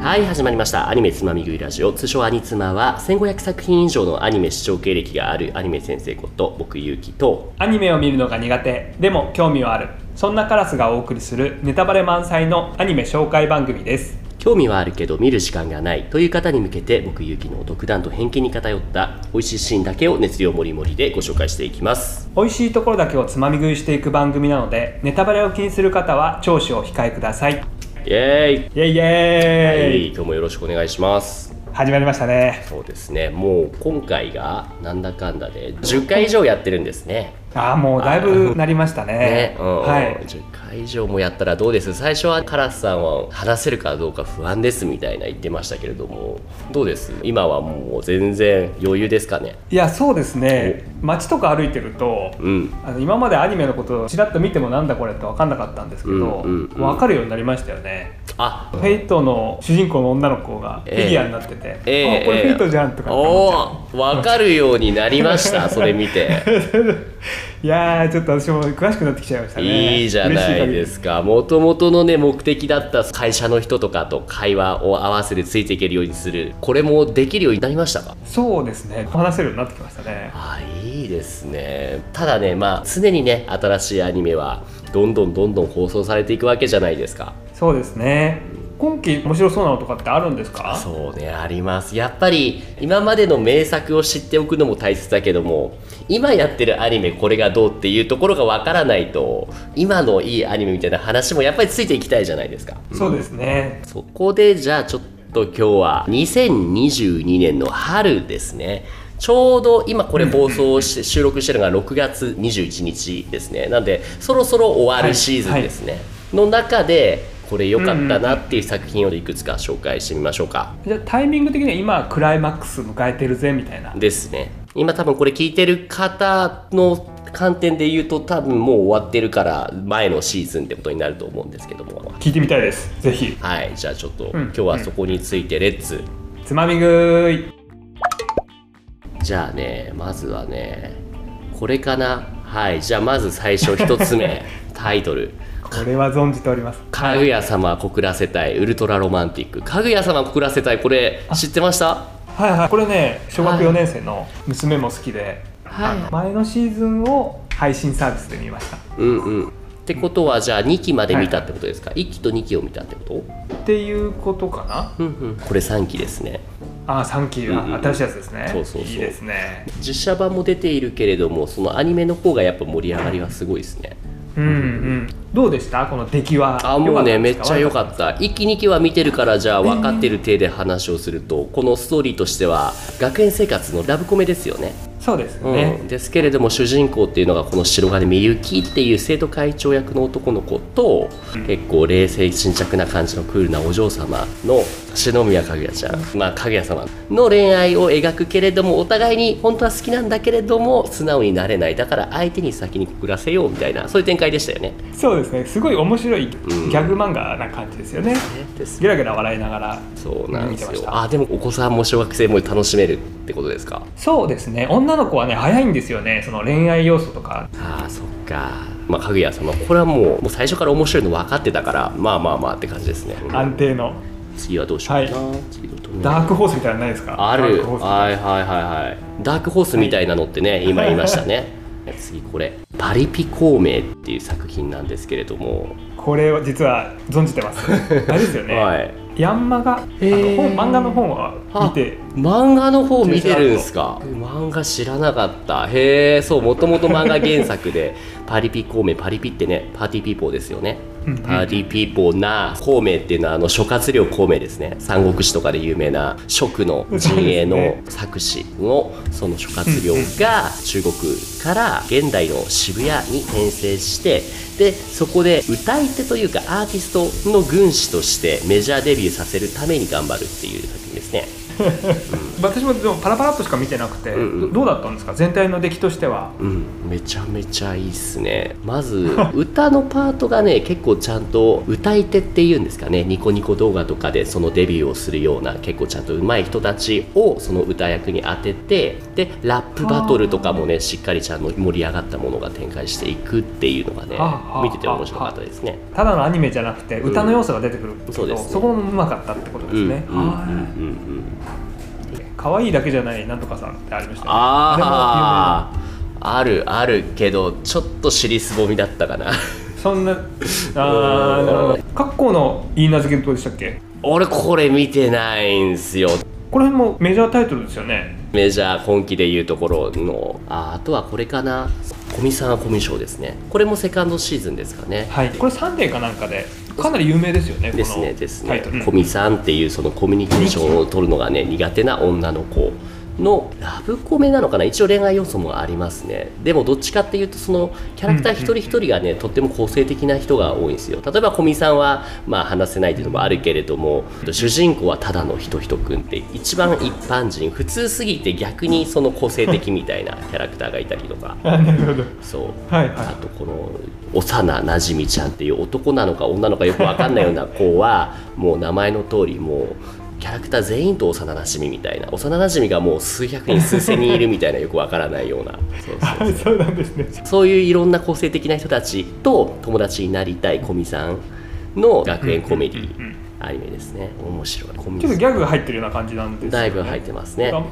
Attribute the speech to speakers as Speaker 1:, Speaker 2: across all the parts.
Speaker 1: はい始まりましたアニメつまみ食いラジオ通称アニツマは1500作品以上のアニメ視聴経歴があるアニメ先生こと僕ゆうきと
Speaker 2: アニメを見るのが苦手でも興味はあるそんなカラスがお送りするネタバレ満載のアニメ紹介番組です
Speaker 1: 興味はあるけど見る時間がないという方に向けて僕ゆうきの独断と偏見に偏った美味しいシーンだけを熱量もりもりでご紹介していきます
Speaker 2: 美味しいところだけをつまみ食いしていく番組なのでネタバレを気にする方は聴取を控えください
Speaker 1: イエーイ
Speaker 2: イエイイエ
Speaker 1: はい
Speaker 2: イ、
Speaker 1: 今日もよろしくお願いします
Speaker 2: 始まりましたね
Speaker 1: そうですねもう今回がなんだかんだで10回以上やってるんですね
Speaker 2: ああもうだいぶなりましたね
Speaker 1: ね、うん
Speaker 2: はい
Speaker 1: 10回以上もやったらどうです最初はカラスさんは話せるかどうか不安ですみたいな言ってましたけれどもどうです今はもう全然余裕ですかね
Speaker 2: いやそうですね街とか歩いてると
Speaker 1: うん
Speaker 2: あの今までアニメのことをちらっと見てもなんだこれって分かんなかったんですけど、
Speaker 1: うんうんうん
Speaker 2: 分かるようになりましたよね
Speaker 1: あ
Speaker 2: フェイトの主人公の女の子がフ
Speaker 1: ええ
Speaker 2: ィギュアになってて、
Speaker 1: ええ
Speaker 2: あこれ
Speaker 1: ええ
Speaker 2: フェイトじゃんとかって思っちゃう
Speaker 1: おお分かるようになりました それ見て
Speaker 2: いやーちょっと私も詳しくなってきちゃいましたね
Speaker 1: いいじゃないで
Speaker 2: か
Speaker 1: すかもともとのね目的だった会社の人とかと会話を合わせてついていけるようにするこれもできるようになりましたか
Speaker 2: そうですね話せるようになってきましたね
Speaker 1: あいいですねただねまあ常にね新しいアニメはどんどんどんどん放送されていくわけじゃないですか
Speaker 2: そうですね今期面白そうなのとかってあるんですか
Speaker 1: そうねありますやっぱり今までの名作を知っておくのも大切だけども今やってるアニメこれがどうっていうところがわからないと今のいいアニメみたいな話もやっぱりついていきたいじゃないですか
Speaker 2: そうですね
Speaker 1: そこでじゃあちょっと今日は2022年の春ですねちょうど今これ放送して収録してるのが6月21日ですねなんでそろそろ終わるシーズンですね、の中でこれ良かったなっていう作品をいくつか紹介してみましょうか、
Speaker 2: じゃあタイミング的には今クライマックス迎えてるぜみたいな
Speaker 1: ですね今多分これ聞いてる方の観点で言うと多分もう終わってるから前のシーズンってことになると思うんですけども
Speaker 2: 聞いてみたいですぜひ
Speaker 1: はいじゃあちょっと
Speaker 2: ん
Speaker 1: 今日はそこについてレッツ
Speaker 2: つまみ食い
Speaker 1: じゃあねまずはねこれかなはいじゃあまず最初一つ目 タイトル
Speaker 2: これは存じております
Speaker 1: 「かぐや様は告らせたいウルトラロマンティック」「かぐや様は告らせたい」これ知ってました
Speaker 2: はいはいこれね小学
Speaker 1: は
Speaker 2: 4
Speaker 1: い
Speaker 2: 年生の娘も好きで、
Speaker 1: はい
Speaker 2: あの前のシーズンを配信サービスで見ました
Speaker 1: うんうんってことはじゃあ2期まで見たってことですか、1期と2期を見たってこと
Speaker 2: っていうことかな
Speaker 1: うんうんこれ3期ですね
Speaker 2: ああ3期
Speaker 1: うんうん
Speaker 2: は新しいやつですね、
Speaker 1: そうそうそう
Speaker 2: いいですね
Speaker 1: 実写版も出ているけれどもそのアニメの方がやっぱ盛り上がりはすごいですね
Speaker 2: うんうんどうでしたこの出来は
Speaker 1: あもうねめ
Speaker 2: 良
Speaker 1: っちゃ良
Speaker 2: っ
Speaker 1: かった1期2期は見てるからじゃあ分かってる体で話をすると、このストーリーとしては学園生活のラブコメですよね、
Speaker 2: たですかそうです
Speaker 1: うん
Speaker 2: ね、
Speaker 1: ですけれども主人公っていうのがこの白金みゆきっていう生徒会長役の男の子と、結構冷静沈着な感じのクールなお嬢様の篠宮かぐやちゃんまあかぐや様の恋愛を描くけれどもお互いに本当は好きなんだけれども素直になれないだから相手に先に告らせようみたいなそういう展開でしたよね。
Speaker 2: そうですねすごい面白いギ
Speaker 1: ん
Speaker 2: ャグ漫画な感じですよね、
Speaker 1: です
Speaker 2: ゲラゲラ笑いながら
Speaker 1: そうなんです
Speaker 2: 見
Speaker 1: よ
Speaker 2: てました
Speaker 1: あでもお子さんも小学生も楽しめるってことですか
Speaker 2: そうですね女の子はね早いんですよねその恋愛要素とか
Speaker 1: ああそっかまあかぐや様これはもうもう最初から面白いの分かってたからまあまあまあって感じですね、
Speaker 2: 安定の
Speaker 1: 次はどうしようかな、次どうね
Speaker 2: ダークホースみたいなのないですか
Speaker 1: あ
Speaker 2: ダー
Speaker 1: る
Speaker 2: クホースみたいな
Speaker 1: はいはいはいはいダークホースみたいなのってね、今言いましたね 次これ「パリピ孔明」っていう作品なんですけれども、
Speaker 2: これは実は存じてますあれですよね、
Speaker 1: はい
Speaker 2: ヤンマがあの
Speaker 1: へー
Speaker 2: 本漫画の本は見て
Speaker 1: 漫画の方見てるんですか漫画知らなかったへえそうもともと漫画原作で パリピ孔明パリピってねパーティーピーポーですよね
Speaker 2: うんうん
Speaker 1: パーティーピーポーな孔明っていうのはあの諸葛亮孔明ですね三国志とかで有名な蜀の陣営
Speaker 2: そう
Speaker 1: の
Speaker 2: で
Speaker 1: 作詞のその諸葛亮が中国から現代の渋谷に転生してでそこで歌い手というかアーティストの軍師としてメジャーデビューさせるために頑張るっていう作品ですね
Speaker 2: 私もでもパラパラっとしか見てなくて、
Speaker 1: うんうん
Speaker 2: どうだったんですか全体の出来としては
Speaker 1: うん、めちゃめちゃいいっすねまず 歌のパートがね結構ちゃんと歌い手っていうんですかねニコニコ動画とかでそのデビューをするような結構ちゃんと上手い人たちをその歌役に当ててでラップバトルとかもねしっかりちゃんと盛り上がったものが展開していくっていうのがね
Speaker 2: はあはあ
Speaker 1: 見てて面白かったですね。
Speaker 2: ただのアニメじゃなくて歌の要素が出てくるけど、
Speaker 1: そうですね
Speaker 2: そこもうまかったってことで
Speaker 1: うんうんうん
Speaker 2: すね、
Speaker 1: うん
Speaker 2: はい
Speaker 1: うん
Speaker 2: 可愛いだけじゃないなんとかさんってありましたよね
Speaker 1: あーあるあるけどちょっと尻すぼみだったかな
Speaker 2: そんなあーなるほど各校のいいなずけどうでしたっけ
Speaker 1: 俺これ見てないんすよ
Speaker 2: これもメジャータイトルですよね
Speaker 1: メジャー今期でいうところのああとはこれかなコミさんはコミショですねこれもセカンドシーズンですかね
Speaker 2: はいこれサンデーかなんかでかなり有名ですよねこ
Speaker 1: で
Speaker 2: の
Speaker 1: すねです
Speaker 2: タ
Speaker 1: ね
Speaker 2: イトル、
Speaker 1: コミさんっていうそのコミュニケーションを取るのがね苦手な女の子のラブコメなのかな一応恋愛要素もありますねでもどっちかっていうとそのキャラクター一人一人がねとっても個性的な人が多いんですよ例えばコミさんはまあ話せないっていうのもあるけれども主人公はただのひとひとくんって一番一般人普通すぎて逆にその個性的みたいなキャラクターがいたりとか
Speaker 2: あなるほど
Speaker 1: そう
Speaker 2: はいはい
Speaker 1: あとこの幼なじみちゃんっていう男なのか女なのかよく分かんないような子は もう名前の通りもうキャラクター全員と幼なじみみたいな幼なじみがもう数百人数千人いるみたいなよくわからないようなそうそう
Speaker 2: はいそうなんですね
Speaker 1: そういういろんな個性的な人たちと友達になりたい古見さんの学園コメデ
Speaker 2: うんうんう
Speaker 1: ィ
Speaker 2: ん
Speaker 1: アニメですね面白いコミ
Speaker 2: ちょっとギャグが入ってるような感じなんですよね
Speaker 1: だいぶ入ってますね
Speaker 2: あ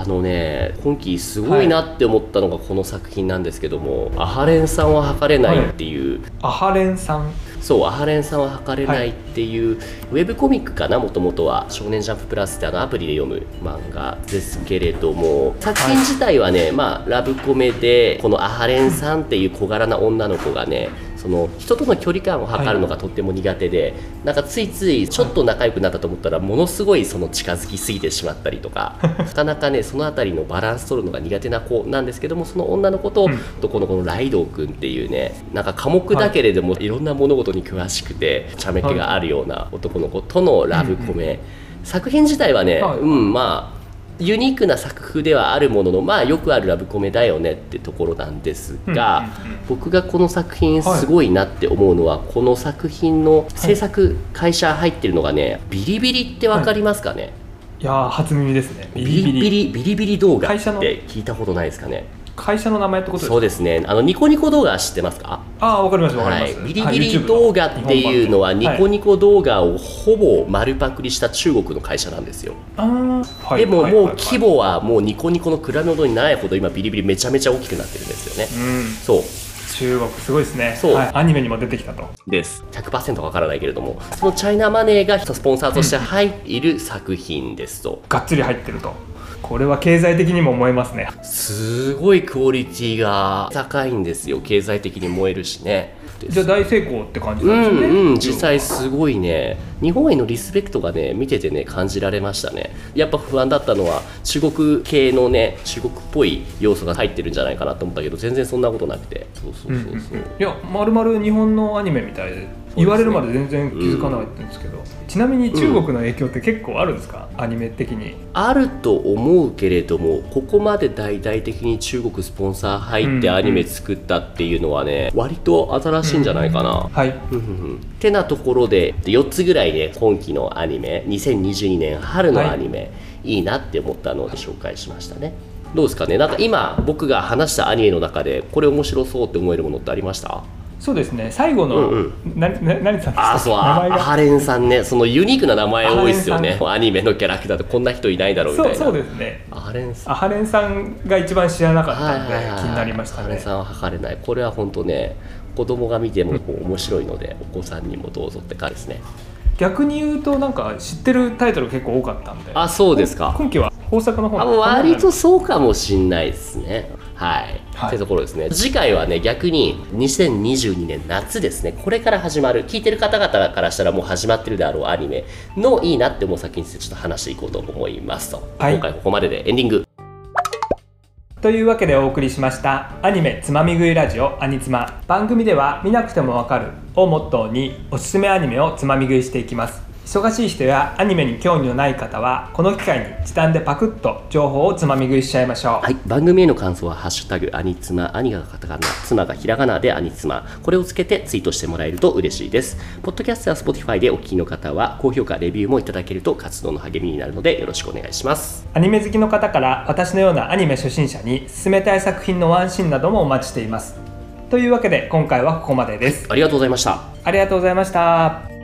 Speaker 1: あのね今期すごいなって思ったのがこの作品なんですけども、アハレンさんは測れないっていう、
Speaker 2: アハレンさん
Speaker 1: そうアハレンさんは測れないっていう、ウェブコミックかなもともとは「少年ジャンププラス」ってあのアプリで読む漫画ですけれども作品自体はね、まあラブコメでこのアハレンさんっていう小柄な女の子がねその人との距離感を測るのがとっても苦手で、なんかついついちょっと仲良くなったと思ったらものすごいその近づきすぎてしまったりとか なかなかねその辺りのバランス取るのが苦手な子なんですけどもその女の子と
Speaker 2: うん
Speaker 1: 男の子のライドウ君っていうねなんか寡黙だけれども、い、ろんな物事に詳しくて茶目っ気があるような男の子とのラブコメ、作品自体はね、
Speaker 2: はい
Speaker 1: うんまあユニークな作風ではあるもののまあよくあるラブコメだよねってところなんですが、
Speaker 2: うんうんうん
Speaker 1: 僕がこの作品
Speaker 2: はい
Speaker 1: すごいなって思うのは、この作品の制作会社入ってるのがねビリビリってわかりますかね、
Speaker 2: いやー初耳ですねビ
Speaker 1: ビリ
Speaker 2: リ
Speaker 1: ビ
Speaker 2: ビリ
Speaker 1: リビリビリ動画っ
Speaker 2: 会社の
Speaker 1: て聞いたことないですかね
Speaker 2: 会社の名前ってことです
Speaker 1: そう
Speaker 2: か
Speaker 1: ですねあのニコニコ動画知ってますか
Speaker 2: ああわかりますわか
Speaker 1: は
Speaker 2: り
Speaker 1: い
Speaker 2: ます、、
Speaker 1: ビリビリ動画っていうのはニコ
Speaker 2: ニ
Speaker 1: ニコ動画をほぼ丸パクリした中国の会社なんですよ、
Speaker 2: あーはい
Speaker 1: でも
Speaker 2: はい
Speaker 1: もう
Speaker 2: はいはい
Speaker 1: 規模はもうニコニコの比べ物にならないほど今ビリビリめちゃめちゃ大きくなってるんですよね、
Speaker 2: うん
Speaker 1: そう
Speaker 2: 中国すごいですね
Speaker 1: そう
Speaker 2: はい、アニメにも出てきたと
Speaker 1: です100%わからないけれどもそのチャイナマネーがスポンサーとして入っている作品ですと
Speaker 2: がっつり入ってるとこれは経済的にも思えますね
Speaker 1: すごいクオリティが高いんですよ経済的に燃えるしね
Speaker 2: じゃあ大成功って感じ
Speaker 1: う
Speaker 2: なんですよね、
Speaker 1: んうん、実際すごいね日本へのリスペクトがね見ててね感じられましたねやっぱ不安だったのは中国系のね中国っぽい要素が入ってるんじゃないかなと思ったけど全然そんなことなくてそうそううんそう
Speaker 2: うんうん
Speaker 1: そう、
Speaker 2: いやまるまる日本のアニメみたいで言われるまで全然気づかなかったんですけど、ちなみに中国の影響って結構あるんですか、アニメ的に
Speaker 1: あると思うけれどもここまで大々的に中国スポンサー入ってアニメ作ったっていうのはね割と新しいんじゃないかな、
Speaker 2: はい
Speaker 1: うんうんうんてなところで4つぐらいね今期のアニメ2022年春のアニメ、い、いなって思ったので紹介しましたねどうですかねなんか今僕が話したアニメの中でこれ面白そうって思えるものってありました
Speaker 2: そうですね最後の、
Speaker 1: うん
Speaker 2: なな何さんです
Speaker 1: あ
Speaker 2: か
Speaker 1: あそう
Speaker 2: 名前
Speaker 1: あア
Speaker 2: が
Speaker 1: ハレンさんねそのユニークな名前多いっすよ
Speaker 2: アハレン
Speaker 1: ねアニメのキャラクターってこんな人いないだろうみたい
Speaker 2: そ
Speaker 1: な
Speaker 2: うそうですね
Speaker 1: アハレンさん
Speaker 2: アハレンさんが一番知らなかっ
Speaker 1: は
Speaker 2: た
Speaker 1: い
Speaker 2: の
Speaker 1: は
Speaker 2: で
Speaker 1: いはいはい
Speaker 2: 気になりました
Speaker 1: アハレ
Speaker 2: ね
Speaker 1: ンさんは測れないこれは本当ね子供が見てもこう面白いのでお子さんにもどうぞって感じですね
Speaker 2: 逆に言うとなんか知ってるタイトル結構多かったんで
Speaker 1: あそうですか
Speaker 2: 今期は豊作の方
Speaker 1: あ
Speaker 2: の
Speaker 1: 割とそうかもしんないですね。はい。
Speaker 2: はい
Speaker 1: ってところですね。次回はね、逆に2022年夏ですね。これから始まる、聞いてる方々からしたらもう始まってるであろうアニメのいいなって思う先についてちょっと話していこうと思いますと。
Speaker 2: はい
Speaker 1: 今回ここまででエンディング。
Speaker 2: というわけでお送りしましたアニメつまみ食いラジオアニツマ番組では見なくてもわかるをモットーにおすすめアニメをつまみ食いしていきます忙しい人やアニメに興味のない方はこの機会に時短でパクッと情報をつまみ食いしちゃいましょう、
Speaker 1: はい、番組への感想は「ハッシュタグアニツマ」兄がカタカナ妻がひらがなでアニツマこれをつけてツイートしてもらえると嬉しいですポッドキャストや Spotify でお聞きの方は高評価レビューもいただけると活動の励みになるのでよろしくお願いします
Speaker 2: アニメ好きの方から私のようなアニメ初心者に勧めたい作品のワンシーンなどもお待ちしていますというわけで今回はここまでです
Speaker 1: ありがとうございました
Speaker 2: ありがとうございました